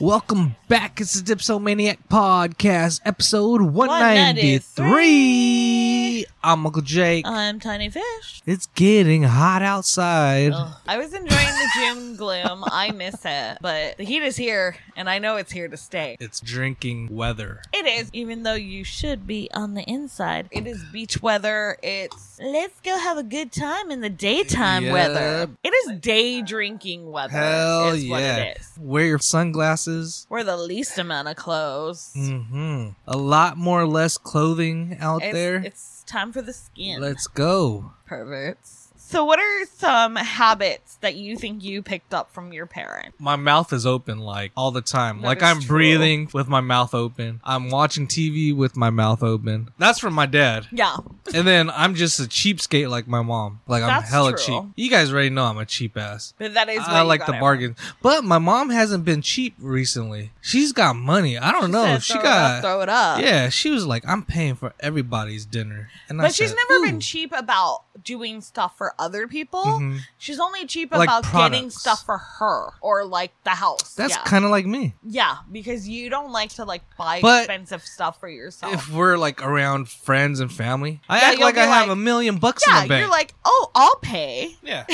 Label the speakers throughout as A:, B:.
A: Welcome back. It's the Dipsomaniac Podcast, episode 193. I'm Uncle Jake.
B: I'm Tiny Fish.
A: It's getting hot outside.
B: Ugh. I was enjoying the June gloom. I miss it, but the heat is here, and I know it's here to stay.
A: It's drinking weather.
B: It is, even though you should be on the inside. It is beach weather. It's let's go have a good time in the daytime
A: Yeah.
B: weather. It is day drinking weather.
A: Hell
B: is
A: yeah.
B: what it is.
A: Wear your sunglasses.
B: We're the least amount of clothes.
A: hmm A lot more or less clothing out
B: It's,
A: there.
B: it's time for the skin.
A: Let's go.
B: perverts. So, what are some habits that you think you picked up from your parents?
A: My mouth is open like all the time.
B: That
A: like
B: is
A: I'm
B: true.
A: breathing with my mouth open. I'm watching TV with my mouth open. That's from my dad.
B: Yeah,
A: And then I'm just a cheapskate like my mom. Like I'm
B: That's
A: hella
B: true.
A: cheap. You guys already know I'm a cheap ass.
B: but that is where
A: I
B: you
A: like
B: got
A: the
B: it
A: bargain. But my mom hasn't been cheap recently. She's got money. I don't
B: from.
A: know.
B: Said,
A: She
B: "Throw it
A: got
B: up, throw it up.
A: Yeah, she was like, I'm paying for everybody's dinner. And I
B: But she's
A: said,
B: never been
A: "Ooh."
B: cheap about doing stuff for other people.
A: Mhm.
B: She's only cheap
A: Like
B: about getting
A: products.
B: stuff for her or like the house.
A: That's
B: yeah.
A: kinda like me.
B: yeah, because you don't like to like buy
A: But
B: expensive stuff for yourself.
A: If we're like around friends and family, I
B: Yeah,
A: act
B: you'll
A: like
B: be
A: I have
B: like,
A: a million bucks in
B: yeah,
A: the bank.
B: you're like, oh, I'll pay.
A: yeah.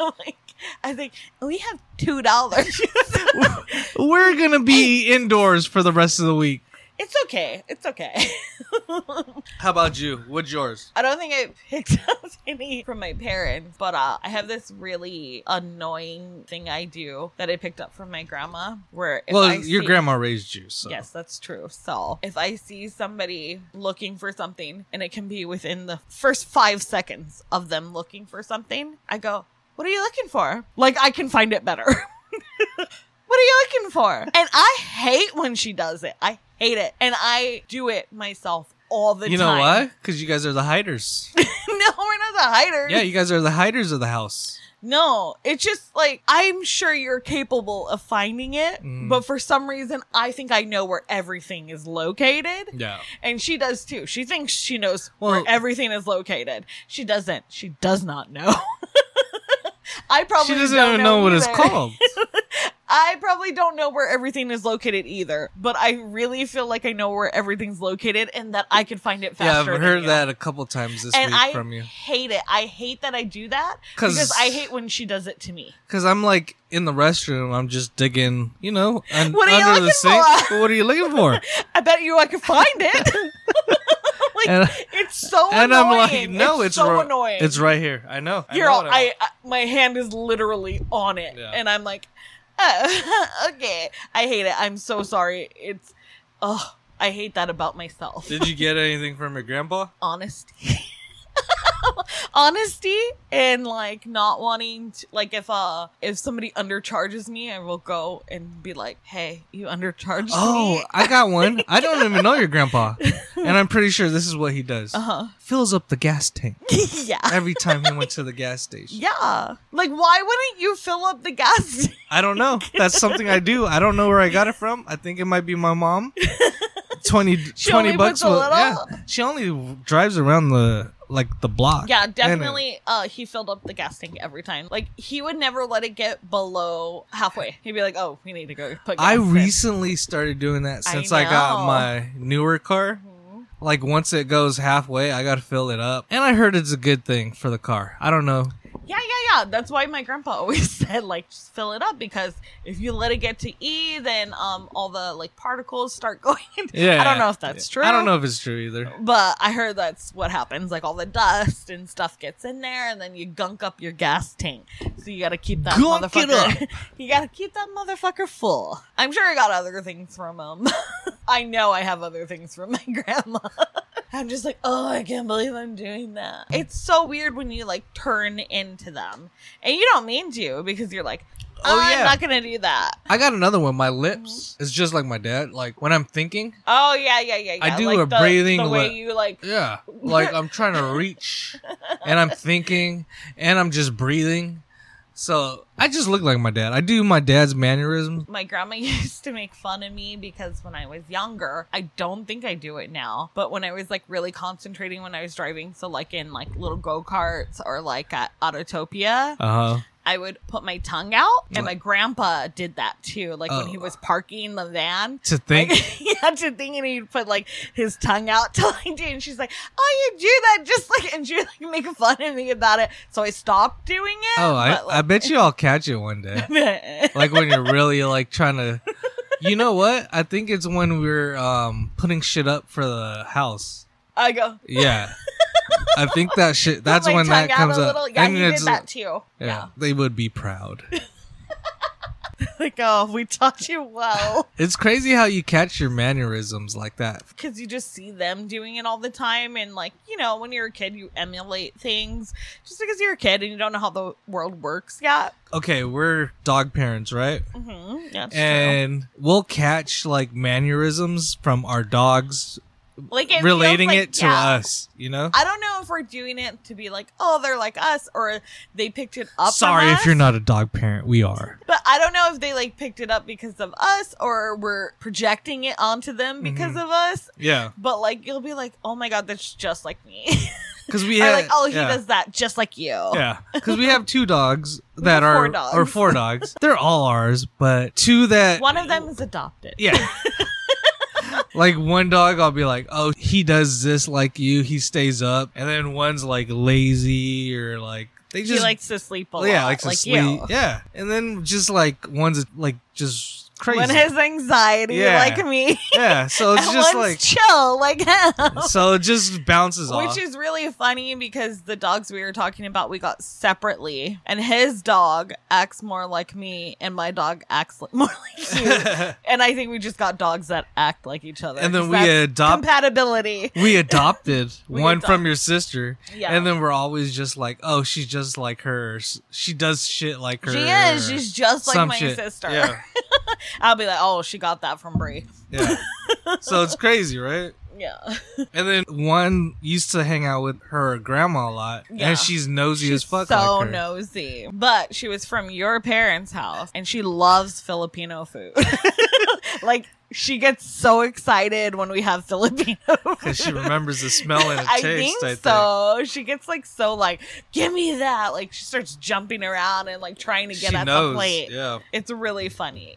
B: like, I think we have two dollars.
A: We're gonna be indoors for the rest of the week.
B: it's okay. It's okay.
A: How about you? What's yours?
B: I don't think I picked up any from my parents, but uh, I have this really annoying thing I do that I picked up from my grandma. Where if
A: well,
B: I
A: your
B: see-
A: grandma raised you, so
B: Yes, that's true. So if I see somebody looking for something, and it can be within the first five seconds of them looking for something, I go, "What are you looking for?" Like I can find it better. what are you looking for? And I hate when she does it. I hate it, and I do it myself all the
A: you know
B: time.
A: why? Because you guys are the hiders.
B: no, we're not the hiders.
A: yeah, you guys are the hiders of the house.
B: No, it's just like I'm sure you're capable of finding it,
A: Mm.
B: but for some reason I think I know where everything is located,
A: Yeah.
B: and she does too. She thinks she knows
A: Well-
B: where everything is located. She doesn't. She does not know. I probably
A: she doesn't
B: don't
A: even know what it's
B: either.
A: called.
B: I probably don't know where everything is located either, but I really feel like I know where everything's located and that I could find it
A: yeah, I've
B: faster. than
A: heard
B: you.
A: that a couple times this
B: And
A: week
B: I
A: from you.
B: hate it. I hate that I do that
A: 'Cause-
B: because I hate when she does it to me.
A: Because I'm like in the restroom, I'm just digging, you know, un-
B: What are you
A: under the
B: looking
A: sink.
B: for?
A: What are you looking for?
B: I bet you I could find it. like
A: And-
B: it's so
A: and
B: annoying.
A: I'm like, no, it's,
B: so
A: ri-
B: annoying.
A: It's right here. I know. I
B: You're
A: know
B: all,
A: what I want.
B: I, I my hand is literally on it,
A: Yeah.
B: and I'm like, oh, okay. I hate it. I'm so sorry. It's oh, I hate that about myself.
A: Did you get anything from your grandpa?
B: Honesty. Honesty and like not wanting to, like if uh if somebody undercharges me I will go and be like hey you undercharged
A: Oh,
B: me
A: I got one. I don't even know your grandpa. And I'm pretty sure this is what he does.
B: uh
A: Fills up the gas tank
B: huh yeah
A: every time he went to the gas station.
B: Yeah. Like, why wouldn't you fill up the gas?
A: I don't know. That's something I do. I don't know where I got it from. I think it might be my mom. 20,
B: She
A: 20
B: only
A: bucks.
B: puts a
A: will-
B: little?
A: yeah. She only drives around the like the block.
B: yeah,
A: And it-
B: definitely. Uh, he filled up the gas tank every time. Like, he would never let it get below halfway. He'd be like, "Oh, we need to go put." Gas
A: I
B: in."
A: recently started doing that
B: I
A: since I, got
B: know.
A: my newer car.
B: Mhm.
A: Like once it goes halfway, I gotta fill it up. And I heard it's a good thing for the car. I don't know.
B: Yeah, yeah, yeah. That's why my grandpa always said, like, just fill it up because if you let it get to E, then um, all the like particles start going.
A: Yeah.
B: I don't know if that's true.
A: I don't know if it's true either.
B: But I heard that's what happens. Like all the dust and stuff gets in there, and then you gunk up your gas tank. So you gotta keep that
A: Gunk it
B: motherfucker. you gotta keep that motherfucker full. I'm sure I got other things from him. I know I have other things from my grandma. I'm just like, oh, I can't believe I'm doing that. It's so weird when you like turn into them, and you don't mean to because you're like,
A: Oh,
B: I'm
A: yeah.
B: not gonna do that.
A: I got another one. My lips
B: Mm-hmm.
A: is just like my dad. Like when I'm thinking,
B: Oh yeah, yeah, yeah. yeah.
A: I do
B: like,
A: a
B: the,
A: breathing
B: The way
A: li-
B: you like
A: yeah, like I'm trying to reach, and I'm thinking, and I'm just breathing. So I just look like my dad. I do my dad's mannerisms.
B: my grandma used to make fun of me because when I was younger, I don't think I do it now, but when I was like really concentrating when I was driving, so like in like little go karts or like at Autotopia,
A: Uh huh.
B: I would put my tongue out.
A: Like-
B: And my grandpa did that too. Like when he
A: Oh.
B: was parking the van.
A: to think.
B: Like, he had to think, and he'd put like his tongue out to like, do- and she's like, "Oh, you do that just like," and she would like make fun of me about it. So I stopped doing it.
A: oh, I,
B: but,
A: I bet you I'll catch it one day. like
B: like-
A: when you're really like trying to. You know what? I think it's when we're um, putting shit up for the house.
B: I go.
A: Yeah. I think that shit. That's
B: put my
A: when that
B: tongue out
A: comes
B: a
A: up.
B: Little, yeah,
A: And
B: he did
A: it's-
B: that too.
A: yeah,
B: Yeah.
A: they would be proud.
B: like, oh, we taught you well.
A: It's crazy how you catch your mannerisms like that.
B: Because you just see them doing it all the time. And, like, you know, when you're a kid, you emulate things just because you're a kid and you don't know how the world works yet.
A: Okay, we're dog parents, right?
B: Mm-hmm. Yeah, it's
A: And we'll catch like mannerisms from our dogs,
B: true. like, it
A: relating
B: feels like-
A: it to
B: yeah.
A: us. You know.
B: I don't know if we're doing it to be like, oh, they're like us, or they picked it up. from
A: Sorry if
B: us.
A: you're not a dog parent. We are.
B: But I don't know if they like picked it up because of us, or we're projecting it onto them because
A: Mhm.
B: of us.
A: Yeah,
B: But like, you'll be like, oh my god, that's just like me.
A: because we
B: Or
A: have.
B: like, oh, he
A: yeah.
B: does that just like you.
A: Yeah, because we have two dogs that
B: have
A: are
B: four
A: or
B: dogs.
A: four dogs. They're all ours, but two that
B: One of them is adopted.
A: Yeah. like one dog, I'll be like, oh, he does this like you. He stays up, and then one's like lazy or like they
B: He
A: just
B: likes to sleep a lot.
A: yeah, likes to
B: like
A: sleep.
B: you.
A: Yeah, and then just like one's like just crazy.
B: One has anxiety
A: Yeah.
B: like me.
A: yeah, so it's
B: and
A: just
B: one's
A: like
B: chill like him.
A: so it just bounces off.
B: Which is really funny because the dogs we were talking about we got separately, and his dog acts more like me, and my dog acts li- more like you. and I think we just got dogs that act like each other.
A: and then
B: 'cause
A: we
B: that's
A: adopt.
B: compatibility.
A: we adopted
B: We
A: one
B: adopt-
A: from your sister,
B: Yeah,
A: and then we're always just like, "Oh, she's just like her. She does shit like her."
B: she is. She's just like
A: Some
B: my
A: shit.
B: sister.
A: Yeah,
B: I'll be like, oh, she got that from Brie.
A: yeah. so it's crazy, right?
B: Yeah.
A: And then one used to hang out with her grandma a lot,
B: Yeah.
A: and she's nosy as fuck.
B: so
A: like her.
B: nosy. But she was from your parents' house and she loves Filipino food. like she gets so excited when we have Filipino food.
A: 'Cause she remembers the smell and the
B: I
A: taste.
B: think
A: I think.
B: so. She gets like so like, give me that. Like she starts jumping around and like trying to get
A: she
B: at
A: knows.
B: the plate.
A: Yeah.
B: It's really funny.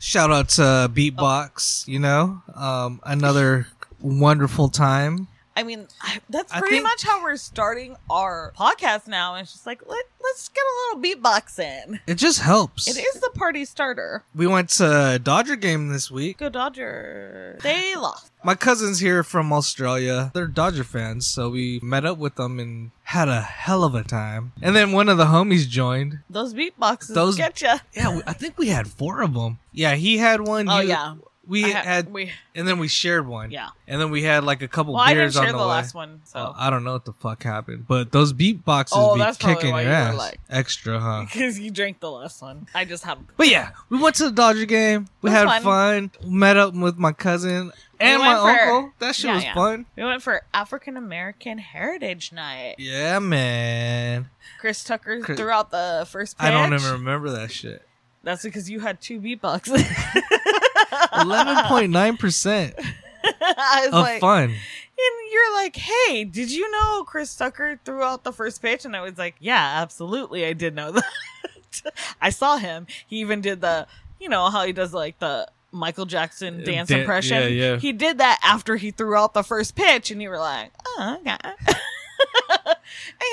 A: Shout out
B: Oh.
A: to Beatbox. You know, um, another wonderful time.
B: I mean, I- that's
A: I
B: pretty
A: think-
B: much how we're starting our podcast now. It's just like let let's get a little beatbox in.
A: It just helps.
B: It is the party starter.
A: We went to a Dodger game this week.
B: Go Dodger. They lost.
A: My cousins here from Australia, they're Dodger fans, so we met up with them and had a hell of a time. And then one of the homies joined.
B: Those beatboxes
A: Those-
B: get you.
A: Yeah, we- I think we had four of them. Yeah, he had one.
B: Oh
A: you-
B: yeah,
A: we
B: I ha-
A: had
B: we
A: and then we shared one.
B: yeah.
A: And then we had like a couple
B: Well, I didn't
A: beers
B: share
A: on
B: the,
A: the, way. Uh,
B: last one, so
A: Well, I don't know what the fuck happened, but those beatboxes
B: Oh,
A: be
B: that's probably
A: kicking your
B: why you were
A: ass
B: like-
A: extra, huh?
B: because you drank the last one, I just had.
A: But yeah, we went to the Dodger game. We
B: It was
A: had fun. Met up with my cousin and
B: went
A: my
B: for-
A: uncle. That shit
B: Yeah,
A: was
B: yeah.
A: fun.
B: We went for African American Heritage Night.
A: Yeah, man.
B: Chris Tucker
A: Chris-
B: threw out the first pitch.
A: I don't even remember that shit.
B: That's because you had two beatboxes.
A: Eleven point nine percent
B: I was
A: of
B: like,
A: fun.
B: and you're like, hey, did you know Chris Tucker threw out the first pitch? And I was like, yeah, absolutely, I did know that. I saw him. He even did the, you know, how he does like the Michael Jackson
A: Uh,
B: dance
A: dan-
B: impression.
A: yeah, yeah.
B: He did that after he threw out the first pitch, and you were like, oh, okay. okay,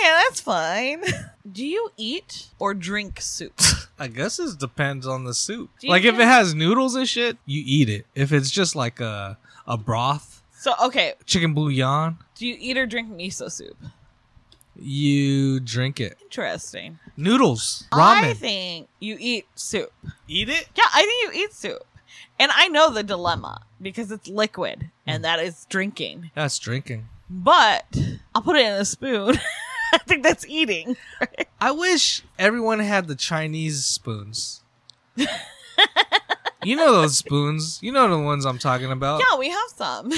B: that's fine. Do you eat or drink soup?
A: I guess it depends on the soup.
B: Do you
A: Like if
B: get-
A: it has noodles and shit, you eat it. If it's just like a a broth,
B: so, okay,
A: chicken bouillon,
B: do you eat or drink miso soup?
A: you drink it.
B: Interesting.
A: Noodles,
B: I
A: ramen,
B: think you eat soup.
A: eat it.
B: Yeah, I think you eat soup. And I know the dilemma because it's liquid
A: Hmm.
B: and that is drinking.
A: That's drinking.
B: But I'll put it in a spoon. I think that's eating.
A: I wish everyone had the Chinese spoons. you know those spoons. You know the ones I'm talking about.
B: Yeah, we have some.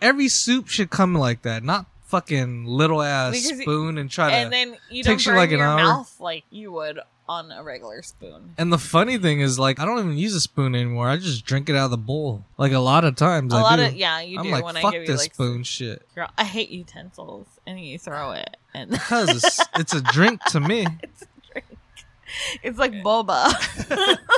A: Every soup should come like that, not fucking little ass
B: Because it-
A: spoon and try to
B: and then you don't
A: Takes you
B: burn
A: like an
B: your
A: hour.
B: mouth like you would on a regular spoon.
A: And the funny thing is, like, I don't even use a spoon anymore. I just drink it out of the bowl. Like a lot of times,
B: A
A: I
B: lot
A: do.
B: of yeah, you
A: I'm
B: do
A: like,
B: when
A: fuck
B: I give you
A: this
B: like
A: spoon shit,
B: Girl, I hate utensils and you throw it and
A: because it's, it's a drink to me.
B: it's a drink. It's like boba.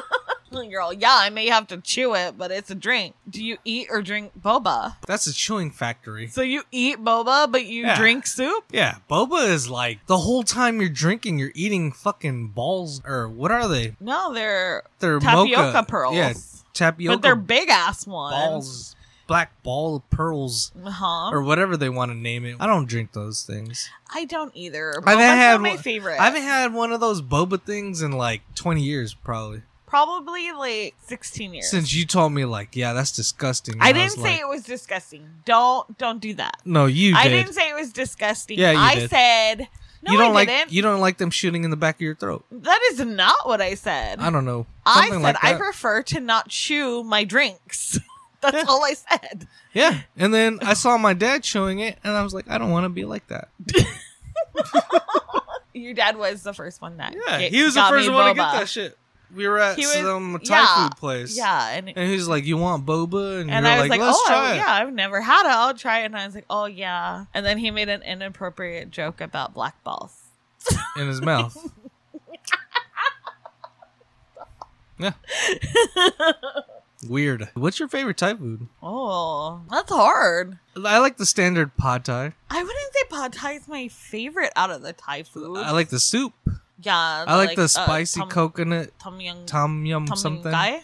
B: Girl, yeah, I may have to chew it, but it's a drink. Do you eat or drink boba?
A: That's a chewing factory.
B: So you eat boba, but you
A: Yeah.
B: drink soup?
A: Yeah, boba is like the whole time you're drinking, you're eating fucking balls or what are they?
B: No, they're
A: They're
B: tapioca
A: mocha-
B: pearls.
A: Yeah, tapioca
B: but they're big ass ones.
A: balls, black ball pearls,
B: Huh?
A: or whatever they want to name it. I don't drink those things.
B: I don't either. Boba's
A: haven't had
B: not my
A: one-
B: favorite.
A: I haven't had one of those boba things in like 20 years, probably.
B: Probably like 16 years.
A: Since you told me, like, yeah, that's disgusting.
B: I
A: and was
B: didn't say
A: like,
B: it was disgusting. Don't don't do that.
A: No, you did.
B: I didn't say it was disgusting.
A: Yeah, you
B: I
A: did.
B: said no.
A: you don't
B: I
A: like
B: didn't.
A: you don't like them shooting in the back of your throat.
B: that is not what I said.
A: I don't know.
B: I
A: Something
B: said
A: like
B: I
A: that.
B: prefer to not chew my drinks. That's all I said.
A: Yeah. And then I saw my dad showing it, and I was like, I don't want to be like that.
B: Your dad was the first one that.
A: Yeah,
B: get-
A: he was the
B: got me
A: first one to
B: boba.
A: get that shit. We were at
B: He was-
A: some Thai
B: yeah,
A: food place.
B: Yeah, and
A: And he was like, You want boba? And,
B: and
A: you were
B: I was like,
A: Let's
B: oh
A: try
B: I-
A: it.
B: yeah, I've never had it. I'll try it. And I was like, oh yeah. And then he made an inappropriate joke about black balls.
A: In his mouth. Weird. What's your favorite Thai food?
B: oh, that's hard.
A: I like the standard pad thai.
B: I wouldn't say pad thai is my favorite out of the Thai food.
A: I like the soup.
B: yeah,
A: I like, the
B: uh,
A: spicy
B: tom-
A: coconut
B: tom yum
A: tom yum
B: tom yum
A: something.
B: guy.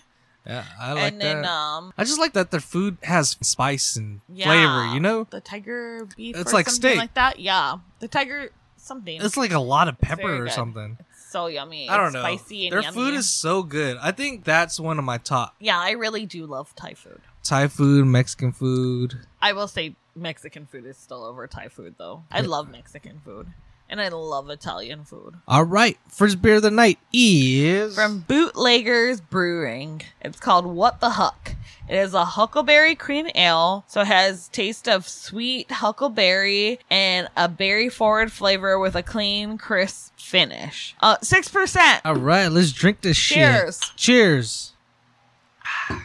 A: Yeah, I like
B: and
A: that.
B: then um
A: I just like that their food has spice and
B: yeah,
A: flavor. You know,
B: the tiger beef.
A: It's
B: or
A: like
B: something
A: steak.
B: like that. Yeah, the tiger something.
A: it's like a lot of
B: very
A: pepper or
B: good.
A: something.
B: so yummy.
A: I don't
B: It's
A: know.
B: Spicy and
A: their
B: yummy.
A: food is so good. I think that's one of my top
B: Yeah, I really do love Thai food.
A: Thai food, Mexican food.
B: I will say Mexican food is still over Thai food though. I
A: Yeah.
B: love Mexican food and I love Italian food.
A: All right, first beer of the night is
B: From Bootleggers Brewing. It's called What the Huck. It is a huckleberry cream ale, so it has taste of sweet huckleberry and a berry forward flavor with a clean, crisp finish. Uh, six percent.
A: All right, let's drink this
B: Cheers.
A: shit. Cheers. Ah. Oh,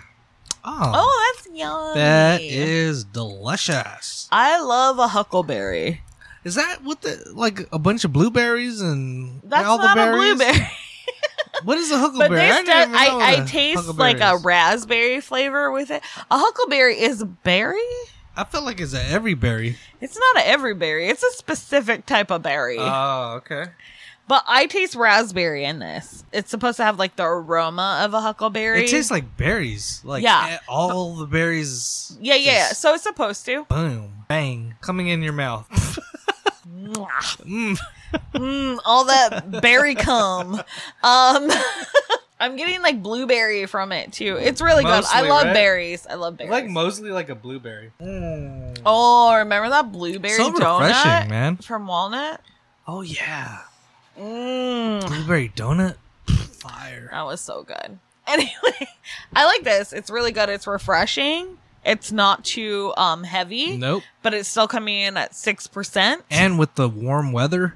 B: Oh, that's yummy.
A: that is delicious.
B: I love a huckleberry.
A: Is that what the like a bunch of blueberries and
B: That's
A: all the
B: not a
A: berries?
B: blueberry.
A: What is a
B: But
A: huckleberry?
B: this
A: didn't
B: does,
A: even know
B: I, I
A: the
B: taste
A: huckleberry
B: like a
A: is.
B: raspberry flavor with it. A huckleberry is a berry.
A: I feel like it's a every berry.
B: It's not a every berry. It's a specific type of berry.
A: Oh, okay.
B: but I taste raspberry in this. It's supposed to have like the aroma of a huckleberry.
A: It tastes like berries. Like
B: Yeah.
A: yeah. all the berries.
B: yeah, yeah.
A: just
B: So it's supposed to.
A: boom, bang, coming in your mouth.
B: Mwah.
A: Mm.
B: Mm, all that berry cum. Um, I'm getting like blueberry from it too. It's really good. I
A: Mostly,
B: love
A: right?
B: berries. I love berries.
A: mostly like a blueberry.
B: oh, remember that blueberry
A: so
B: donut
A: refreshing, man.
B: from Walnut?
A: Oh yeah,
B: Mm.
A: blueberry donut, Pff, fire.
B: That was so good. Anyway, I like this. It's really good. It's refreshing. It's not too um heavy,
A: Nope.
B: but it's still coming in at six percent.
A: And with the warm weather,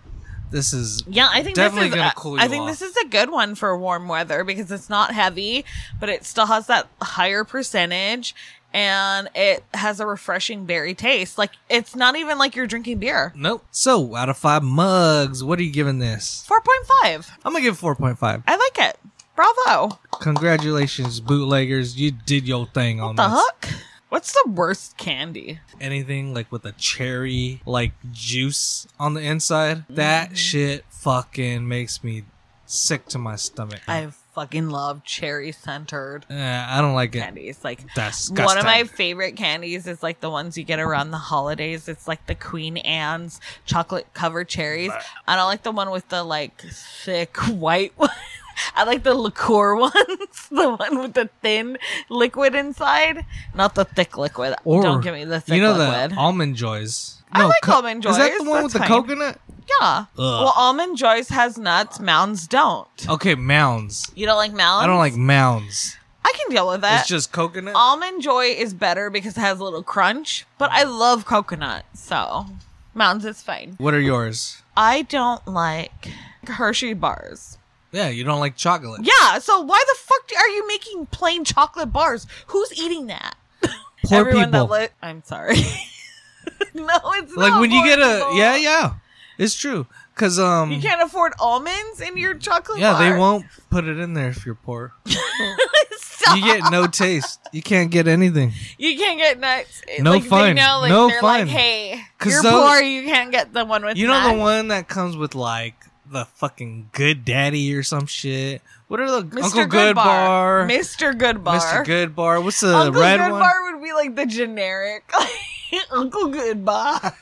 A: this is
B: Yeah, I think
A: Definitely
B: this is,
A: gonna cool
B: I
A: you
B: think
A: off.
B: this is a good one for warm weather because it's not heavy, but it still has that higher percentage and it has a refreshing berry taste. Like it's not even like you're drinking beer.
A: nope. So out of five mugs, what are you giving this?
B: Four point five.
A: I'm gonna give four point five.
B: I like it. Bravo.
A: Congratulations, bootleggers! You did your thing on
B: The
A: this.
B: hook. What's the worst candy?
A: anything like with a cherry like juice on the inside
B: Mm-hmm.
A: that shit fucking makes me sick to my stomach
B: I fucking love cherry centered
A: Eh, i don't like it
B: candies. Like
A: that's
B: one of my
A: disgusting.
B: favorite candies is like the ones you get around the holidays. It's like the Queen Anne's chocolate covered cherries. I don't like the one with the like thick white one. I like the liqueur ones, the one with the thin liquid inside, not the thick liquid.
A: Or,
B: don't give me the thick
A: you know
B: liquid.
A: the almond joys
B: I like almond
A: is that
B: joys,
A: the one with
B: that's
A: the
B: fine.
A: coconut
B: yeah. Well, almond joys has nuts. Mounds don't.
A: okay mounds
B: You don't like mounds?
A: i don't like mounds
B: I can deal with that.
A: it's just coconut
B: Almond Joy is better because it has a little crunch, but I love coconut, so Mounds is fine.
A: what are yours
B: I don't like Hershey bars.
A: yeah you don't like chocolate
B: Yeah, so why the fuck do- are you making plain chocolate bars? Who's eating that?
A: poor people
B: that li- I'm sorry. no, it's
A: like
B: not
A: when you
B: poor
A: get a
B: people.
A: yeah yeah it's true Cause um,
B: you can't afford almonds in your chocolate
A: yeah, they
B: bar.
A: won't put it in there if you're poor.
B: Stop.
A: You get no taste. You can't get anything.
B: You can't get nuts. It-
A: No
B: like, they
A: fine.
B: know, like,
A: No
B: they're
A: fine.
B: like, hey,
A: 'Cause
B: you're
A: those-
B: poor. You can't get the one with
A: You know
B: nuts.
A: the one that comes with like the fucking good daddy or some shit. What are the
B: Mr.
A: Uncle
B: Goodbar.
A: Good Bar,
B: Mr. Good Bar.
A: Mr. Good Bar? What's the
B: Uncle
A: red
B: Good
A: one?
B: Bar would be like the generic Uncle Good Bar.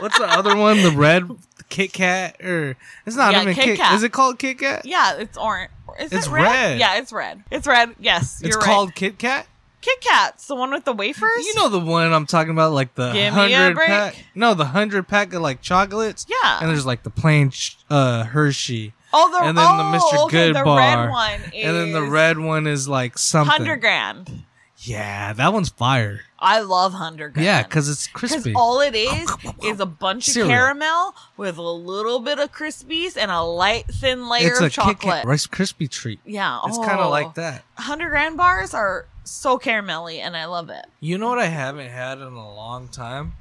A: What's the other one? The red Kit Kat or it's not
B: Yeah,
A: even
B: Kit
A: Kit.
B: Kat.
A: Is it called Kit Kat?
B: Yeah, it's orange. Is
A: It's
B: it red?
A: red.
B: Yeah, it's red. It's red. Yes,
A: it's
B: you're right.
A: called Kit Kat.
B: Kit Kats, the one with the wafers.
A: You know the one I'm talking about, like the
B: Give me a
A: hundred
B: break.
A: pack. No, the hundred pack of like chocolates.
B: Yeah.
A: and there's like the plain ch- uh, Hershey,
B: oh, the
A: and then the
B: oh,
A: Mr.
B: okay,
A: Good
B: the
A: Bar.
B: red one is
A: and then the red one is like something.
B: hundred grand.
A: Yeah, that one's fire.
B: I love hundred grand.
A: Yeah, because it's
B: Because
A: crispy. Oh,
B: all it is is a bunch of
A: Cereal.
B: caramel with a little bit of crispies and a light thin layer
A: it's
B: of
A: a Kit
B: chocolate. Oh.
A: Kat Rice crispy treat.
B: Yeah,
A: It's kind of like
B: that.
A: that.
B: Hundred grand bars are so caramelly, and I love it.
A: You know what I haven't had in a long time?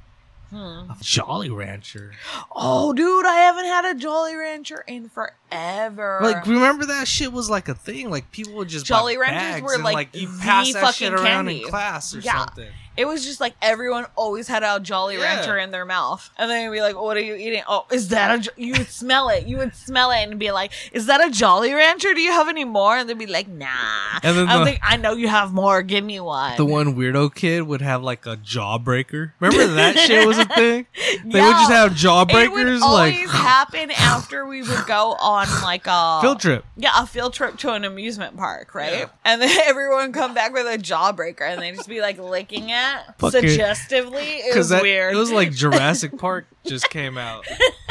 B: Hmm.
A: A Jolly Rancher.
B: Oh, dude, I haven't had a Jolly Rancher in forever.
A: Like, remember that shit was like a thing. Like people would just buy
B: Jolly Ranchers
A: bags
B: were,
A: and,
B: like,
A: you
B: the
A: pass that shit
B: fucking
A: around
B: candy.
A: in class or
B: Yeah.
A: something.
B: it was just like everyone always had a Jolly
A: Yeah.
B: Rancher in their mouth, and then you'd be like, "What are you eating? Oh, is that a?" Jo-? You would smell it. You would smell it and be like, "Is that a Jolly Rancher? Do you have any more?" And they'd be like, "Nah."
A: And then
B: I
A: the-
B: think I know you have more. Give me one.
A: The one weirdo kid would have like a jawbreaker. Remember that shit was a thing. They would just
B: Yo,
A: have
B: It would
A: jawbreakers like
B: always happen after we would go on like a
A: field trip.
B: Yeah, a field trip to an amusement park, right?
A: Yeah.
B: And then everyone come back with a jawbreaker, and they just be like licking it
A: Fuck it.
B: suggestively. It was
A: Because that
B: weird.
A: it was like Jurassic Park just came out.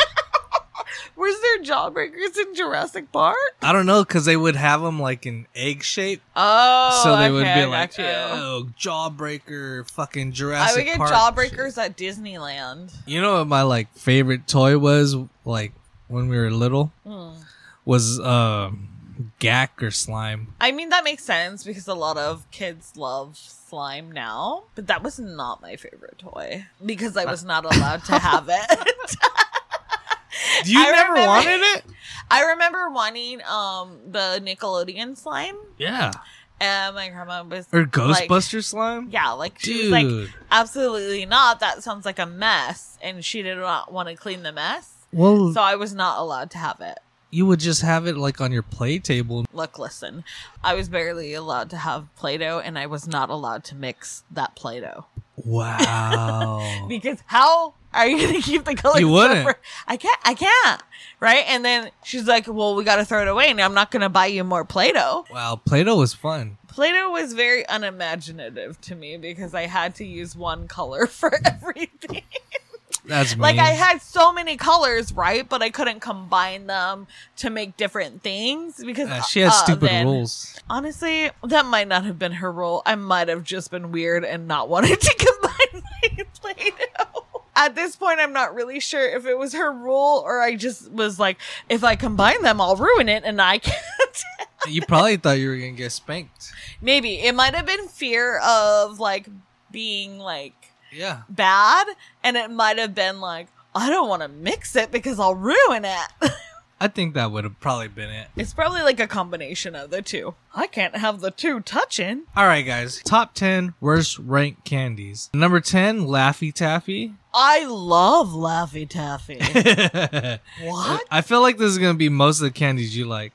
B: was there jawbreakers in Jurassic Park?
A: I don't know because they would have them like in egg shape,
B: Oh,
A: so they
B: okay,
A: would
B: I
A: be
B: got
A: like,
B: you.
A: "Oh, jawbreaker, fucking
B: I
A: Jurassic."
B: would get
A: Park
B: jawbreakers
A: shit."
B: at Disneyland.
A: You know what my like favorite toy was like when we were little
B: Hmm.
A: was um Gak or slime.
B: I mean, that makes sense because a lot of kids love slime now, but that was not my favorite toy because I was not allowed to have it.
A: You
B: I
A: never
B: remember-
A: wanted it?
B: I remember wanting um the Nickelodeon slime,
A: Yeah.
B: and my grandma was
A: Or
B: like-
A: Ghostbuster slime?
B: yeah, like she
A: Dude.
B: was like, absolutely not. That sounds like a mess, and she did not want to clean the mess,
A: well,
B: so I was not allowed to have it.
A: you would just have it like on your play table.
B: Look, listen, I was barely allowed to have Play-Doh, and I was not allowed to mix that Play-Doh
A: Wow.
B: because how are you going to keep the colors?
A: You wouldn't.
B: separate? I can't. I can't. Right? And then she's like, "Well, we got to throw it away, and I'm not going to buy you more Play-Doh."
A: wow, Play-Doh was fun.
B: Play-Doh was very unimaginative to me because I had to use one color for everything.
A: That's
B: like
A: mean.
B: I had so many colors, right? But I couldn't combine them to make different things because
A: Uh, she had
B: uh,
A: stupid
B: then-
A: rules.
B: Honestly, that might not have been her rule. I might have just been weird and not wanted to combine my Play-Doh. At this point, I'm not really sure if it was her rule or I just was like, if I combine them, I'll ruin it, and I can't.
A: You probably thought you were gonna get spanked.
B: Maybe it might have been fear of like being like
A: Yeah.
B: bad, and it might have been like I don't want to mix it because I'll ruin it.
A: I think that would have probably been it.
B: it's probably like a combination of the two. I can't have the two touching.
A: All right, guys. Top 10 worst ranked candies. Number 10, Laffy Taffy.
B: I love Laffy Taffy. what?
A: I feel like this is going to be most of the candies you like.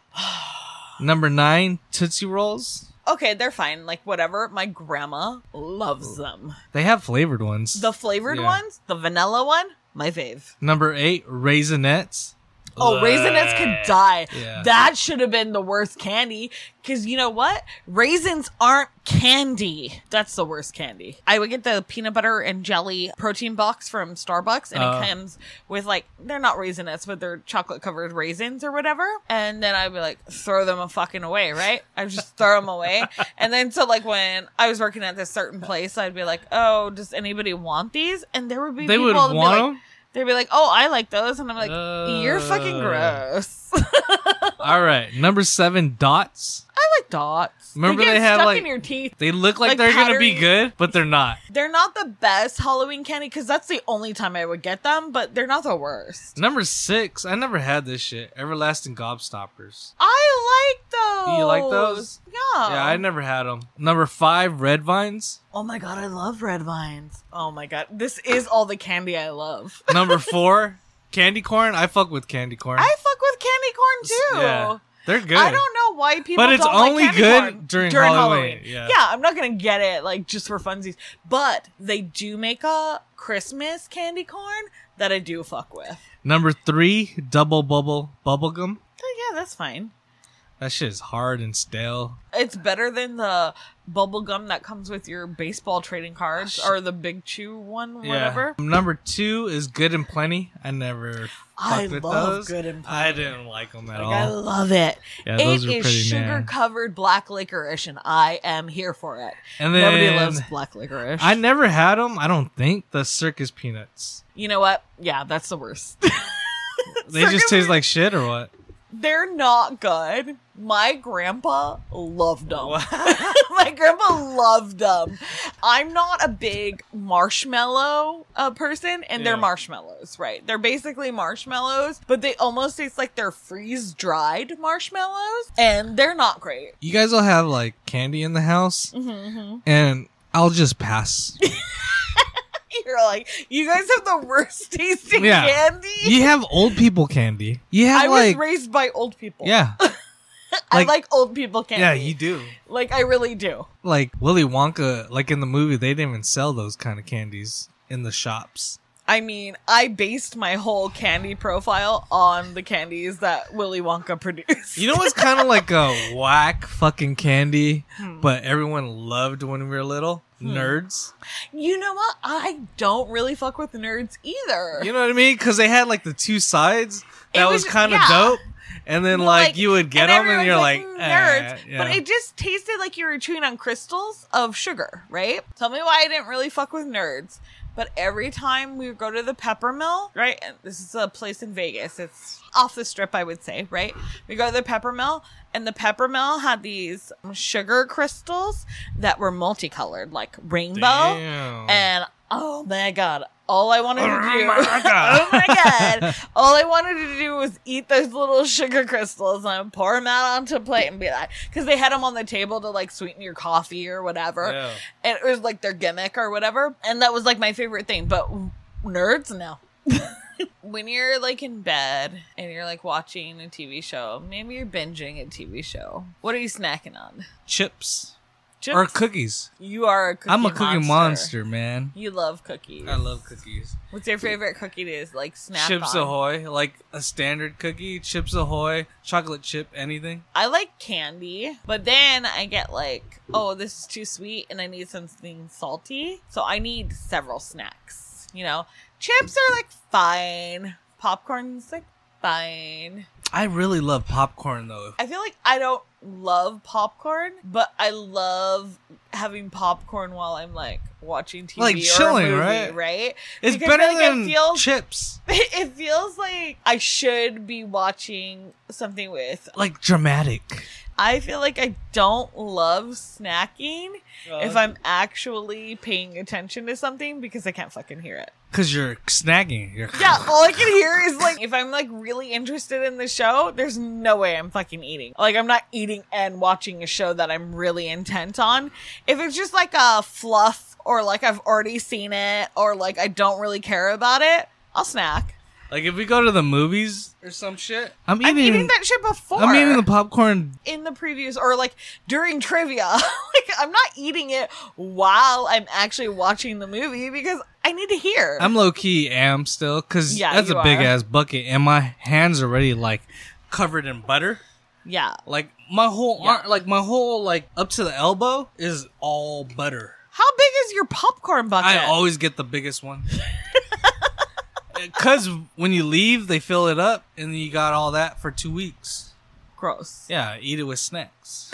A: Number 9, Tootsie Rolls.
B: Okay, they're fine. Like whatever. My grandma loves them.
A: They have flavored ones.
B: The flavored
A: Yeah.
B: ones, the vanilla one, my fave.
A: Number 8, Raisinets.
B: Oh, raisinets could die.
A: Yeah.
B: That should have been the worst candy. Cause you know what? Raisins aren't candy. That's the worst candy. I would get the peanut butter and jelly protein box from Starbucks and
A: Uh.
B: it comes with like, they're not raisinets, but they're chocolate covered raisins or whatever. And then I'd be like, throw them a fucking away, right? I just throw them away. And then so like when I was working at this certain place, I'd be like, oh, does anybody want these? And there would be
A: They
B: people
A: would
B: that'd be like,
A: want them?
B: They'd be like, "Oh, I like those," and I'm like, "You're fucking
A: Uh.
B: gross." I
A: All right. Number 7, Dots.
B: like dots.
A: Remember
B: they, get
A: they had,
B: stuck
A: like-
B: in your teeth.
A: They look like,
B: Like
A: they're gonna be
B: powdery-
A: good, but they're not.
B: They're not the best Halloween candy because that's the only time I would get them, but they're not the worst.
A: Number six, I never had this shit. Everlasting gobstoppers.
B: I like those.
A: You like those?
B: Yeah.
A: Yeah, I never had them. Number five, red vines.
B: Oh my god, I love red vines. Oh my god, this is all the candy I love.
A: Number four, candy corn. I fuck with candy corn.
B: I fuck with candy corn too.
A: Yeah, they're good.
B: I don't know why people.
A: But it's
B: don't like
A: only
B: candy
A: good
B: corn
A: during Halloween, yeah.
B: I'm not gonna get it like just for funsies. But they do make a Christmas candy corn that I do fuck with.
A: Number three, double bubble bubblegum.
B: Oh, yeah, that's fine.
A: That shit is hard and stale.
B: It's better than the bubble gum that comes with your baseball trading cards or the big chew one, whatever.
A: Yeah. Number two is good and plenty. I never
B: I
A: fucked with
B: love
A: those.
B: Good and
A: I
B: Plenty.
A: didn't like them at
B: Like,
A: all.
B: I love it.
A: yeah,
B: It
A: those
B: is
A: are pretty
B: sugar
A: nah.
B: covered black licorice, and I am here for it.
A: And then
B: Nobody loves black licorice.
A: I never had them. I don't think the circus peanuts.
B: you know what? Yeah, that's the worst.
A: They just
B: Circus-
A: taste like shit or what?
B: They're not good. My grandpa loved them. My grandpa loved them. I'm not a big marshmallow uh, person, and they're
A: Yeah.
B: marshmallows, right? They're basically marshmallows, but they almost taste like they're freeze dried marshmallows, and they're not great.
A: You guys will have like candy in the house, and I'll just pass.
B: You're like, you guys have the worst tasting
A: Yeah.
B: candy.
A: you have old people candy. You have
B: I was
A: like
B: raised by old people.
A: yeah,
B: I
A: like-
B: like old people candy.
A: yeah, you do.
B: like I really do.
A: Like Willy Wonka, like in the movie, they didn't even sell those kind of candies in the shops.
B: I mean, I based my whole candy profile on the candies that Willy Wonka produced.
A: You know what's kind of like a whack fucking candy,
B: Hmm.
A: but everyone loved when we were little?
B: Hmm.
A: Nerds.
B: You know what? I don't really fuck with nerds either.
A: You know what I mean? Because they had like the two sides
B: It
A: that
B: was-
A: was, kind of
B: yeah.
A: dope, and then like, you would get them, and
B: everyone's
A: you're like,
B: "Mm,
A: eh,
B: nerds.
A: yeah.
B: But it just tasted like you were chewing on crystals of sugar, right? Tell me why I didn't really fuck with nerds. But every time we would go to the pepper mill, right? And this is a place in Vegas. It's off the strip, I would say, right? We go to the pepper mill, and the pepper mill had these sugar crystals that were multicolored, like rainbow.
A: Damn.
B: And oh my god, all I wanted to do,
A: Oh my God.
B: oh my god, all I wanted to do was eat those little sugar crystals and pour them out onto a plate and be like, because they had them on the table to like sweeten your coffee or whatever,
A: Yeah.
B: and it was like their gimmick or whatever, and that was like my favorite thing. But nerds, no. when you're like in bed and you're like watching a TV show, maybe you're binging a TV show. What are you snacking on?
A: chips.
B: Chips?
A: or cookies.
B: you are a cookie
A: I'm a cookie monster, man.
B: You love cookies.
A: I love cookies.
B: What's your favorite cookie to is like snap
A: Chips
B: on?
A: Ahoy, like a standard cookie, Chips Ahoy, chocolate chip, anything.
B: I like candy, but then I get like, oh, this is too sweet and I need something salty. So I need several snacks. You know, chips are like fine. Popcorn's like fine.
A: I really love popcorn though.
B: I feel like I don't love popcorn, but I love having popcorn while I'm like watching TV
A: Like
B: or a
A: chilling,
B: movie,
A: right?
B: Right?
A: It's
B: Because I
A: better
B: feel like it
A: than
B: feels-
A: chips.
B: It feels like I should be watching something with
A: Like dramatic.
B: I feel like I don't love snacking
A: Uh,
B: if I'm actually paying attention to something because I can't fucking hear it.
A: Cause you're snagging. You're
B: Yeah, all I can hear is like if I'm like really interested in the show, there's no way I'm fucking eating. Like I'm not eating and watching a show that I'm really intent on. If it's just like a fluff or like I've already seen it or like I don't really care about it, I'll snack.
A: like if we go to the movies or some shit. I'm eating.
B: I'm eating that shit before.
A: I'm eating the popcorn.
B: in the previews or like during trivia. like I'm not eating it while I'm actually watching the movie because I need to hear.
A: I'm low key am still because
B: Yeah,
A: that's
B: you
A: a big
B: are.
A: ass bucket, and my hands already like covered in butter.
B: yeah.
A: Like my whole
B: Yeah.
A: arm, like my whole like up to the elbow is all butter.
B: How big is your popcorn bucket?
A: I always get the biggest one. Cause when you leave, they fill it up, and then you got all that for two weeks.
B: gross.
A: Yeah, eat it with snacks.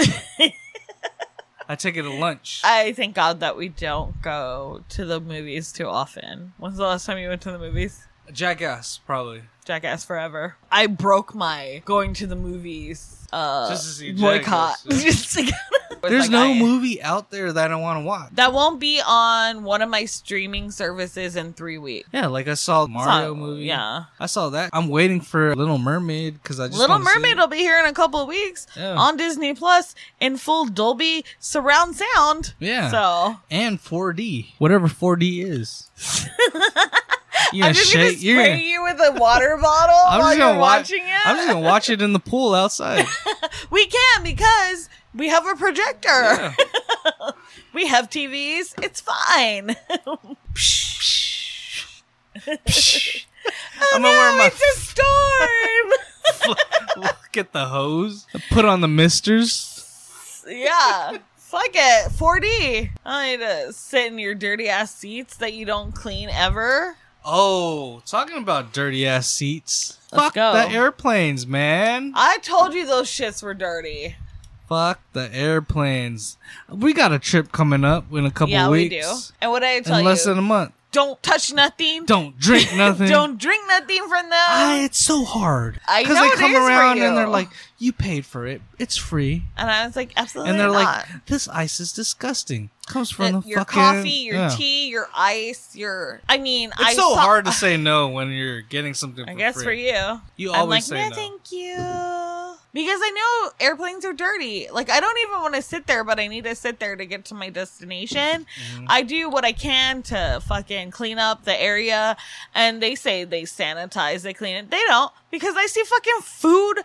A: I take it to lunch.
B: I thank God that we don't go to the movies too often. When's the last time you went to the movies?
A: Jackass, probably.
B: Jackass Forever. I broke my going to the movies uh,
A: Just to see
B: boycott.
A: Jackass, yeah.
B: Just to get- It's
A: There's
B: like
A: no
B: I-
A: movie out there that I want to watch.
B: That won't be on one of my streaming services in three weeks.
A: Yeah, like I saw Mario
B: So,
A: movie.
B: Yeah.
A: I saw that. I'm waiting for Little Mermaid because I just
B: Little
A: wanna see
B: Mermaid
A: it.
B: will be here in a couple of weeks
A: Yeah.
B: on Disney Plus in full Dolby surround sound.
A: Yeah.
B: So
A: and 4D, whatever 4D is. you
B: I'm just gonna spray you with a water bottle
A: I'm
B: while
A: just gonna
B: you're
A: watch.
B: watching it.
A: I'm just gonna watch it in the pool outside.
B: we can because we have a projector.
A: Yeah.
B: We have TVs. It's fine. Oh,
A: I'm gonna wear my
B: it's a storm.
A: look at the hose. Put on the misters.
B: yeah. Fuck it. 4D. I need to sit in your dirty ass seats that you don't clean ever.
A: Oh, talking about dirty ass seats.
B: Let's
A: Fuck
B: go. Uh,
A: the airplanes, man.
B: I told you those shits were dirty.
A: Fuck the airplanes. We got a trip coming up in a couple
B: yeah,
A: weeks.
B: we do. And what did I tell
A: In less
B: you?
A: than a month.
B: don't touch nothing.
A: Don't drink nothing.
B: Don't drink nothing from them.
A: Ah, it's so hard.
B: I know
A: they
B: it
A: come
B: is for
A: around and they're
B: you.
A: like, "You paid for it. It's free."
B: and I was like, absolutely
A: and they're
B: not.
A: like, "This ice is disgusting. Comes from
B: That
A: the
B: your
A: fucking
B: coffee, your
A: yeah.
B: tea, your ice, your. I mean,
A: It's
B: I
A: so
B: saw-
A: hard to say no when you're getting something.
B: I
A: for
B: guess
A: free.
B: for you.
A: you
B: I'm
A: always
B: like,
A: say
B: no,
A: no.
B: thank you. Because I know airplanes are dirty. Like, I don't even want to sit there, but I need to sit there to get to my destination.
A: Mhm.
B: I do what I can to fucking clean up the area. And they say they sanitize, they clean it. They don't because I see fucking food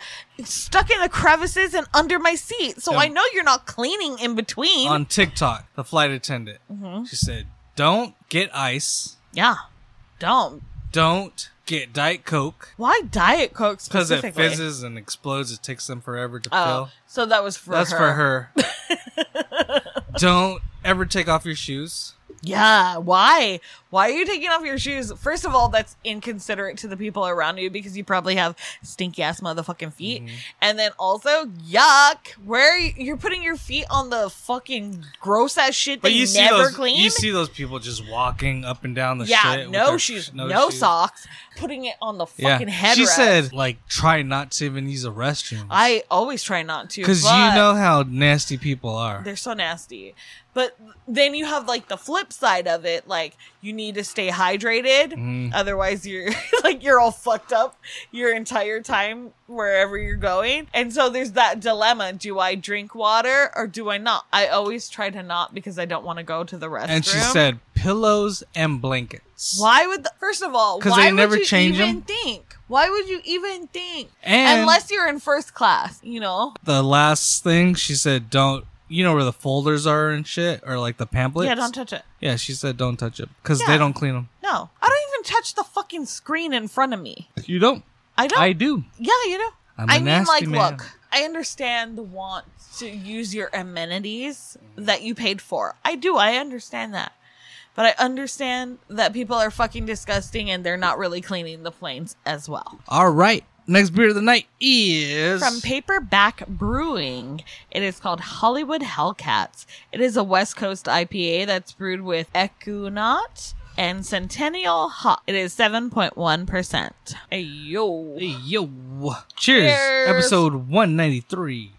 B: stuck in the crevices and under my seat. So
A: Yeah.
B: I know you're not cleaning in between.
A: On TikTok, the flight attendant,
B: Mhm.
A: she said, "Don't get ice.
B: Yeah. Don't.
A: Don't get Diet Coke
B: Why Diet Coke
A: because
B: specifically?
A: it fizzes and explodes. It takes them forever to
B: Oh,
A: fill.
B: so that was for
A: That's
B: her.
A: for her. Don't ever take off your shoes."
B: Yeah, why? Why are you taking off your shoes? First of all, that's inconsiderate to the people around you because you probably have stinky ass motherfucking feet.
A: Mm-hmm.
B: And then also, yuck, where are you, you're putting your feet on the fucking gross ass shit that
A: But
B: you,
A: you see
B: never
A: those
B: clean.
A: you see those people just walking up and down the
B: yeah,
A: shit. with
B: no
A: their-
B: shoes, no, socks, putting it on the
A: Yeah.
B: fucking head.
A: she said like try not to even use a restroom
B: I always try not to
A: because you
B: but-
A: know how nasty people are.
B: They're so nasty. But then you have like the flip side of it, like you need to stay hydrated,
A: Mhm.
B: otherwise you're like you're all fucked up your entire time wherever you're going. And so there's that dilemma, do I drink water or do I not? I always try to not because I don't want to go to the restroom.
A: And she said pillows and blankets.
B: why would the, first of all,
A: 'Cause
B: why
A: they
B: would
A: never
B: you
A: change
B: even
A: them.
B: think? Why would you even think?
A: And
B: Unless you're in first class, you know?
A: the last thing she said, don't you know where the folders are and shit or like the pamphlets?
B: Yeah, don't touch it.
A: Yeah, she said don't touch it because
B: Yeah.
A: they don't clean them.
B: No. I don't even touch the fucking screen in front of me.
A: You don't.
B: I don't
A: I do.
B: Yeah, you know.
A: I'm a
B: I mean,
A: nasty
B: like,
A: man.
B: look, I understand the want to use your amenities that you paid for. I do. I understand that. But I understand that people are fucking disgusting and they're not really cleaning the planes as well.
A: All right. Next beer of the night is
B: From Paperback Brewing, it is called Hollywood Hellcats. It is a West Coast IPA that's brewed with Equinot and Centennial Hop. It is 7.1%. Ayo.
A: Hey, yo. Cheers.
B: Cheers.
A: Episode 193.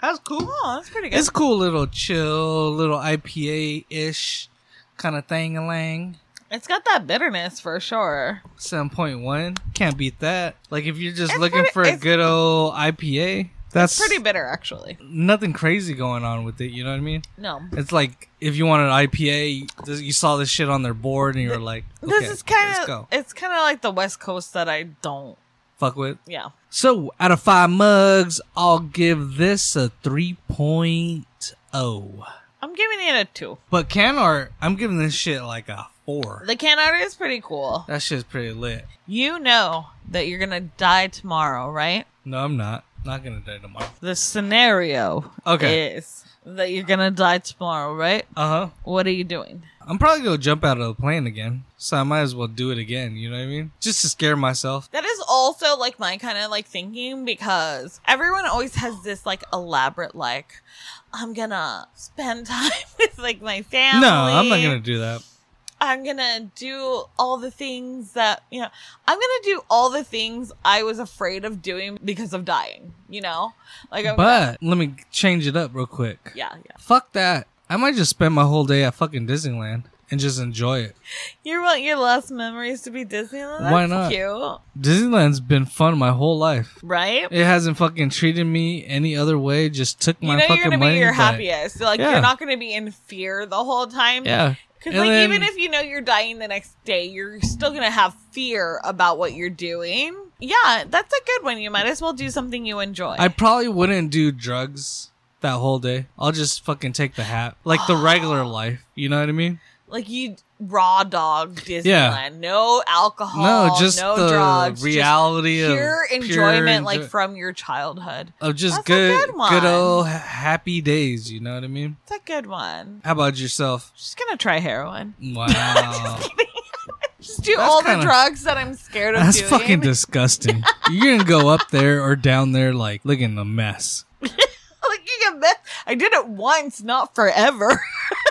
A: That's cool.
B: Oh, that's pretty good.
A: It's cool little chill, little IPA ish kind of thing a lang.
B: It's got that bitterness for sure.
A: 7.1. Can't beat that. Like if you're just
B: It's
A: looking
B: pretty-
A: for a
B: it's-
A: good old IPA, that's
B: Pretty bitter, actually.
A: nothing crazy going on with it, you know what I mean?
B: No.
A: It's like if you want an IPA, you- you saw this shit on their board and you were like, okay,
B: this is kind
A: let's go.
B: of it's kind of like the West Coast that I don't.
A: Fuck with.
B: Yeah,
A: So out of five mugs, I'll give this a oh. 3.0.
B: I'm giving it a two.
A: But can art, I'm giving this shit like a four.
B: The can art is pretty cool.
A: That shit's pretty lit.
B: You know that you're gonna die tomorrow, right?
A: No, I'm not. Not gonna die tomorrow.
B: The scenario
A: Okay.
B: is that you're gonna die tomorrow, right?
A: Uh huh.
B: What are you doing?
A: I'm probably gonna jump out of the plane again, so I might as well do it again. You know what I mean? Just to scare myself.
B: That is also like my kind of like thinking because everyone always has this like elaborate like I'm gonna spend time with like my family.
A: No, I'm not gonna do that.
B: I'm gonna do all the things that, you know, I'm gonna do all the things I was afraid of doing because of dying, you know? Like, I'm
A: But let me change it up real quick.
B: yeah, yeah.
A: Fuck that. I might just spend my whole day at fucking Disneyland and just enjoy it.
B: You want your last memories to be Disneyland? That's
A: Why not?
B: Cute,
A: Disneyland's been fun my whole life.
B: right?
A: It hasn't fucking treated me any other way. Just took my
B: you know
A: fucking
B: you're gonna
A: money.
B: be your
A: back.
B: happiest. Like
A: Yeah.
B: you're not gonna be in fear the whole time.
A: Yeah.
B: Because
A: And
B: like
A: then-
B: even if you know you're dying the next day, you're still gonna have fear about what you're doing. Yeah, that's a good one. You might as well do something you enjoy.
A: I probably wouldn't do drugs that whole day. I'll just fucking take the hat, like the regular life. You know what I mean?
B: like you raw dog Disneyland. No alcohol.
A: No, just
B: Oh, no
A: the
B: drugs. just
A: reality of
B: pure enjoyment, like
A: enjo-
B: from your childhood.
A: of just
B: That's a
A: good,
B: good
A: good,
B: one.
A: old ha- happy days. You know what I mean?
B: That's a good one.
A: How about yourself?
B: Just gonna try heroin.
A: Wow,
B: Just do
A: That's
B: all the
A: kinda-
B: drugs that I'm scared of
A: that's
B: doing.
A: fucking disgusting. You're gonna go up there or down there like looking a mess.
B: like you get mess. I did it once, not forever.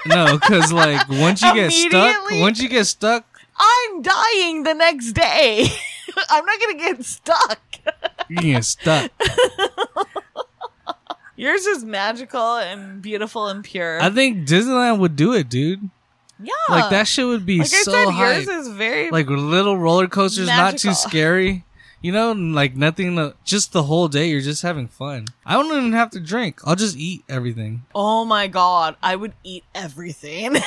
A: No, because like once you get stuck,
B: Immediately.
A: once you get stuck,
B: I'm dying the next day. I'm not gonna get stuck.
A: you get stuck.
B: Yours is magical and beautiful and pure.
A: I think Disneyland would do it, dude.
B: yeah,
A: Like that shit would be
B: Like I
A: so
B: said,
A: hype.
B: yours is very
A: like little roller coasters, not too
B: Magical.
A: scary. You know, and, like nothing. to- Just the whole day, you're just having fun. I don't even have to drink. I'll just eat everything.
B: Oh my god, I would eat everything.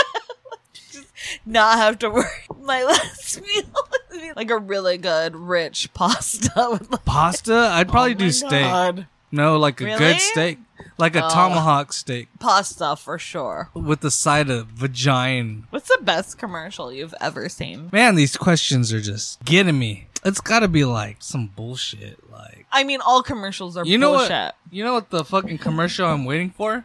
B: Just not have to worry. My last meal would be like a really good rich pasta with like
A: Pasta. I'd probably
B: Oh my
A: do steak.
B: God.
A: No, like a
B: Really?
A: good steak, like a
B: Oh.
A: tomahawk steak
B: Pasta for sure.
A: with the side of vagina.
B: What's the best commercial you've ever seen?
A: Man, these questions are just getting me. It's got to be like some bullshit. Like
B: I mean, all commercials are
A: you know
B: bullshit. Hmm.
A: what? You know what the fucking commercial I'm waiting for?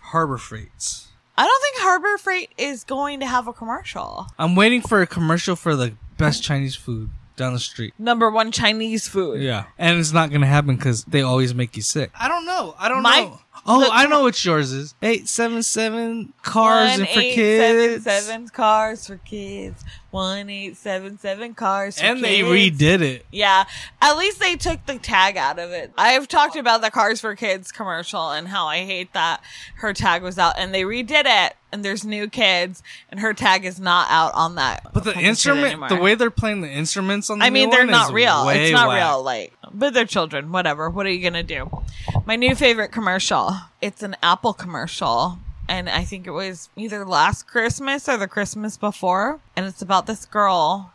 A: Harbor Freights.
B: I don't think Harbor Freight is going to have a commercial.
A: I'm waiting for a commercial for the best Chinese food down the street.
B: Number one, Chinese food.
A: Yeah, and it's not gonna happen because they always make you sick. I don't know. I don't
B: My-
A: know. Oh,
B: look-
A: I know what yours is. Eight seven seven cars
B: One
A: and for
B: eight
A: kids.
B: seven seven cars for kids. One eight seven seven cars. For
A: and they
B: kids.
A: redid it.
B: Yeah, at least they took the tag out of it. I've talked about the Cars for Kids commercial and how I hate that her tag was out, and they redid it, and there's new kids, and her tag is not out on that.
A: But the
B: fucking shit
A: instrument,
B: anymore.
A: the way they're playing the instruments on the
B: I mean,
A: new
B: they're
A: one
B: not
A: is
B: real.
A: way
B: It's not
A: whack.
B: real. Like, but they're children. Whatever. What are you gonna do? My new favorite commercial. It's an Apple commercial, and I think it was either last Christmas or the Christmas before, and it's about this girl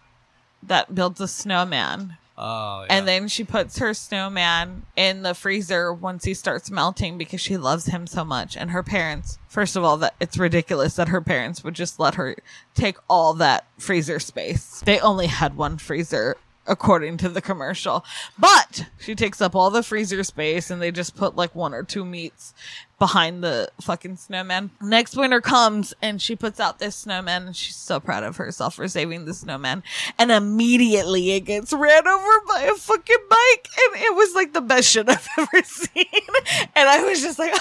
B: that builds a snowman.
A: Oh,
B: And then she puts her snowman in the freezer once he starts melting because she loves him so much. And her parents, first of all, that it's ridiculous that her parents would just let her take all that freezer space. They only had one freezer according to the commercial. But she takes up all the freezer space and they just put like one or two meats behind the fucking snowman. Next winter comes and she puts out this snowman and she's so proud of herself for saving the snowman. And immediately it gets ran over by a fucking bike and it was like the best shit I've ever seen. And I was just like,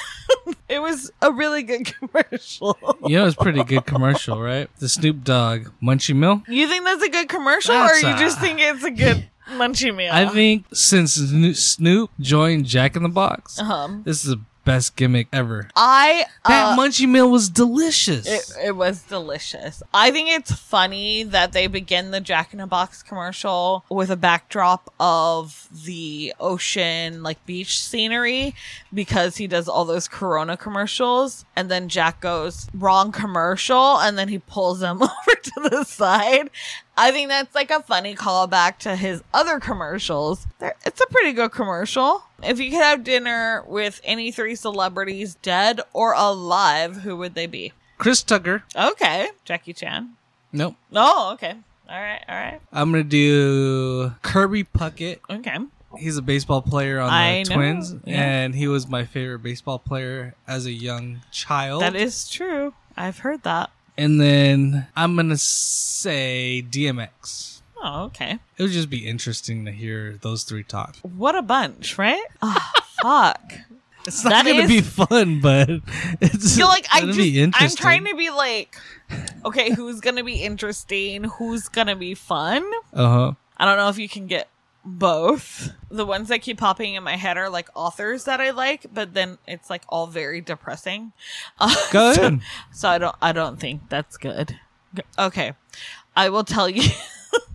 B: it was a really good commercial.
A: you know, it's a pretty good commercial, right? The Snoop Dogg Munchie Mill.
B: You think that's a good commercial
A: That's
B: or you
A: a-
B: just think it's a good munchie meal?
A: I think since Snoo- Snoop joined Jack in the Box,
B: Um,
A: this is the best gimmick ever.
B: I uh,
A: That Munchie Meal was delicious.
B: It, it was delicious. I think it's funny that they begin the Jack in a Box commercial with a backdrop of the ocean, like beach scenery, because he does all those Corona commercials. And then Jack goes, wrong commercial. And then he pulls him over to the side. I think that's like a funny callback to his other commercials. There, it's a pretty good commercial. If you could have dinner with any three celebrities, dead or alive, who would they be?
A: Chris Tucker.
B: Okay, Jackie Chan.
A: Nope.
B: Oh, okay. All right, all right,
A: I'm gonna do Kirby Puckett.
B: okay.
A: He's a baseball player on the
B: I know,
A: Twins,
B: yeah.
A: and he was my favorite baseball player as a young child.
B: That is true. I've heard that.
A: and then I'm gonna say DMX.
B: Oh, okay.
A: It would just be interesting to hear those three talk.
B: What a bunch, right? Ah, fuck.
A: It's not
B: That
A: going to
B: is-
A: be fun, but it's
B: You're like I
A: gonna
B: just
A: be
B: I'm
A: interesting.
B: trying to be like, okay, who's gonna be interesting? Who's gonna be fun?
A: Uh huh.
B: I don't know if you can get both. The ones that keep popping in my head are like authors that I like, but then it's like all very depressing. Uh,
A: Go
B: so-
A: ahead.
B: So I don't I don't think that's good. G- Okay. I will tell you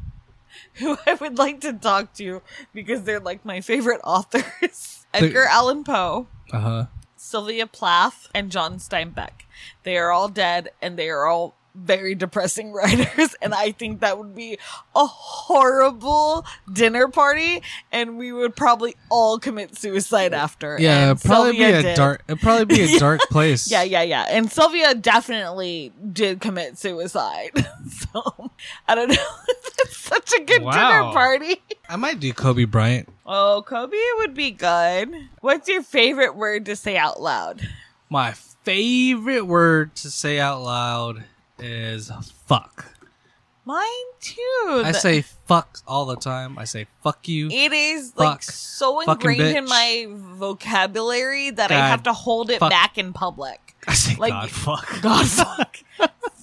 B: who I would like to talk to because they're like my favorite authors.
A: The-
B: Edgar Allan Poe,
A: Uh huh.
B: Sylvia Plath, and John Steinbeck. They are all dead and they are all very depressing writers and I think that would be a horrible dinner party and we would probably all commit suicide after.
A: Yeah,
B: And
A: it'd probably
B: Sylvia
A: be a
B: did.
A: dark. It'd probably be a
B: Yeah.
A: dark place.
B: Yeah, yeah, yeah. And Sylvia definitely did commit suicide. so I don't know if it's such a good
A: Wow.
B: dinner party.
A: I might do Kobe Bryant.
B: Oh, Kobe would be good. What's your favorite word to say out loud?
A: My favorite word to say out loud is fuck.
B: Mine too.
A: I
B: The-
A: say fuck all the time. I say fuck you.
B: it is like
A: fuck,
B: so
A: fucking
B: ingrained in
A: bitch.
B: my vocabulary that I
A: God,
B: have to hold it
A: fuck.
B: back in public.
A: I say
B: like-
A: god fuck.
B: God fuck.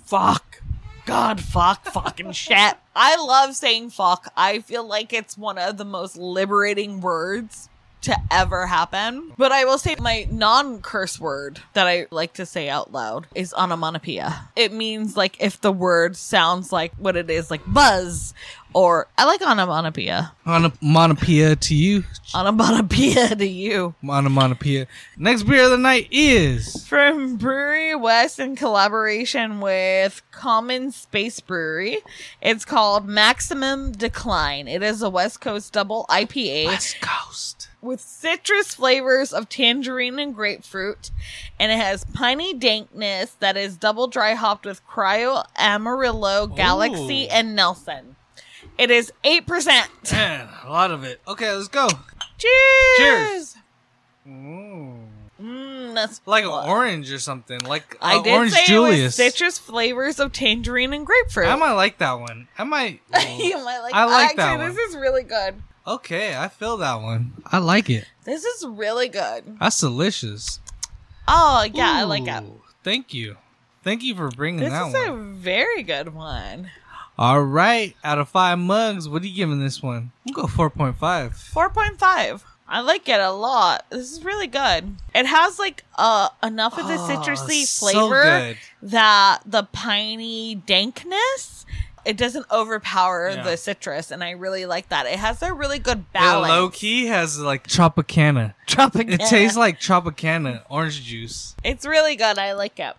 B: fuck. God fuck fucking shit. I love saying fuck. I feel like it's one of the most liberating words to ever happen. But I will say my non curse word that I like to say out loud is onomatopoeia. It means like if the word sounds like what it is, like buzz, or I like onomatopoeia.
A: On monopoeia to you.
B: Onomatopoeia to you.
A: Monomonopoeia. Next beer of the night is
B: from Brewery West in collaboration with Common Space Brewery. It's called Maximum Decline. It is a West Coast double IPA
A: West Coast.
B: with citrus flavors of tangerine and grapefruit, and it has piney dankness that is double dry hopped with Cryo, Amarillo, Galaxy,
A: Ooh.
B: and Nelson. It is 8%.
A: Man, a lot of it. Okay, let's go.
B: Cheers!
A: Cheers.
B: Mm, that's
A: Like an
B: what-
A: orange or something. Like
B: I
A: a
B: did
A: orange
B: say
A: Julius.
B: it was citrus flavors of tangerine and grapefruit.
A: I might like that one. I might.
B: you might like.
A: I like that
B: Actually, this is really good.
A: okay, I feel that one. I like it.
B: This is really good.
A: That's delicious.
B: Oh yeah, I like it.
A: Ooh, Thank you. Thank you for bringing
B: This
A: that
B: is
A: one.
B: a very good one.
A: All right, out of five mugs, what are you giving this one? We'll go 4.5.
B: Four point five. I like it a lot. This is really good. It has like uh enough of the
A: Oh,
B: citrusy
A: so
B: flavor
A: good.
B: that the piney dankness. It doesn't overpower
A: Yeah.
B: the citrus, and I really like that. It has a really good
A: It
B: balance.
A: low key has like Tropicana.
B: Tropicana.
A: It tastes like Tropicana orange juice.
B: It's really good. I like it.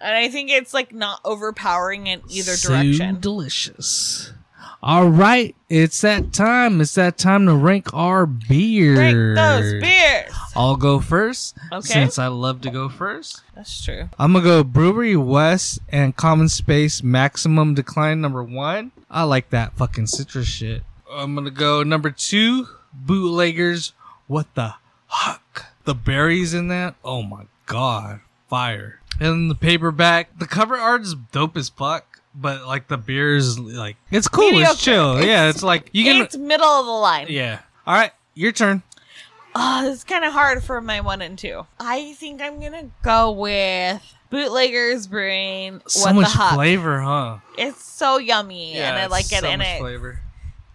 B: And I think it's like not overpowering in either
A: So
B: direction.
A: delicious. All right, it's that time. It's that time to rank our beer.
B: Drink those beers.
A: I'll go first.
B: Okay.
A: Since I love to go first.
B: That's true.
A: I'm gonna go Brewery West and Common Space Maximum Decline number one. I like that fucking citrus shit. I'm gonna go number two, Bootleggers. What the fuck? The berries in that? Oh my god, fire! And the paperback. The cover art is dope as fuck, but like the beer is like it's cool,
B: Mediocre.
A: it's chill. yeah, it's like you can.
B: it's middle of the line.
A: Yeah. All right, your turn.
B: Oh, this is kind of hard for my one and two. I think I'm gonna go with Bootleggers Brewing. What
A: so much
B: the Huck.
A: flavor, huh?
B: It's so yummy, and I
A: it's
B: like it,
A: so
B: and
A: much
B: it
A: flavor.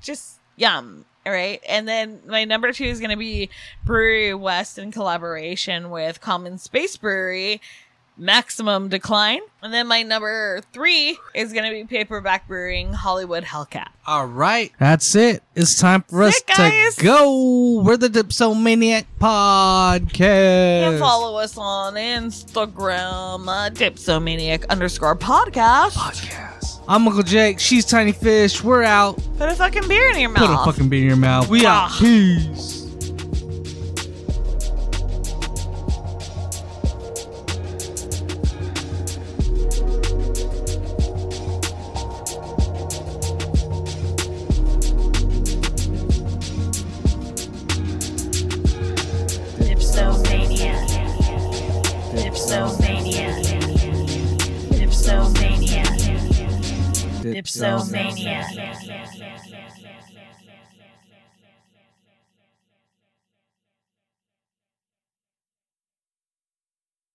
B: just yum. All right. And then my number two is going to be Brewery West in collaboration with Common Space Brewery, Maximum Decline. And then my number three is going to be Paperback Brewing, Hollywood Hellcat.
A: All right. That's it. It's time for us
B: Sick,
A: to
B: guys.
A: go. We're the Dipsomaniac
B: And
A: Podcast.
B: follow us on Instagram, uh, Dipsomaniac underscore podcast.
A: Podcast. I'm Uncle Jake. She's Tiny Fish. We're out.
B: Put a fucking beer in your mouth.
A: Put a fucking beer in your mouth. We out.
B: Ah.
A: Peace.
C: Dipsomania. Dipsomania. Dipsomania. Dipsomania.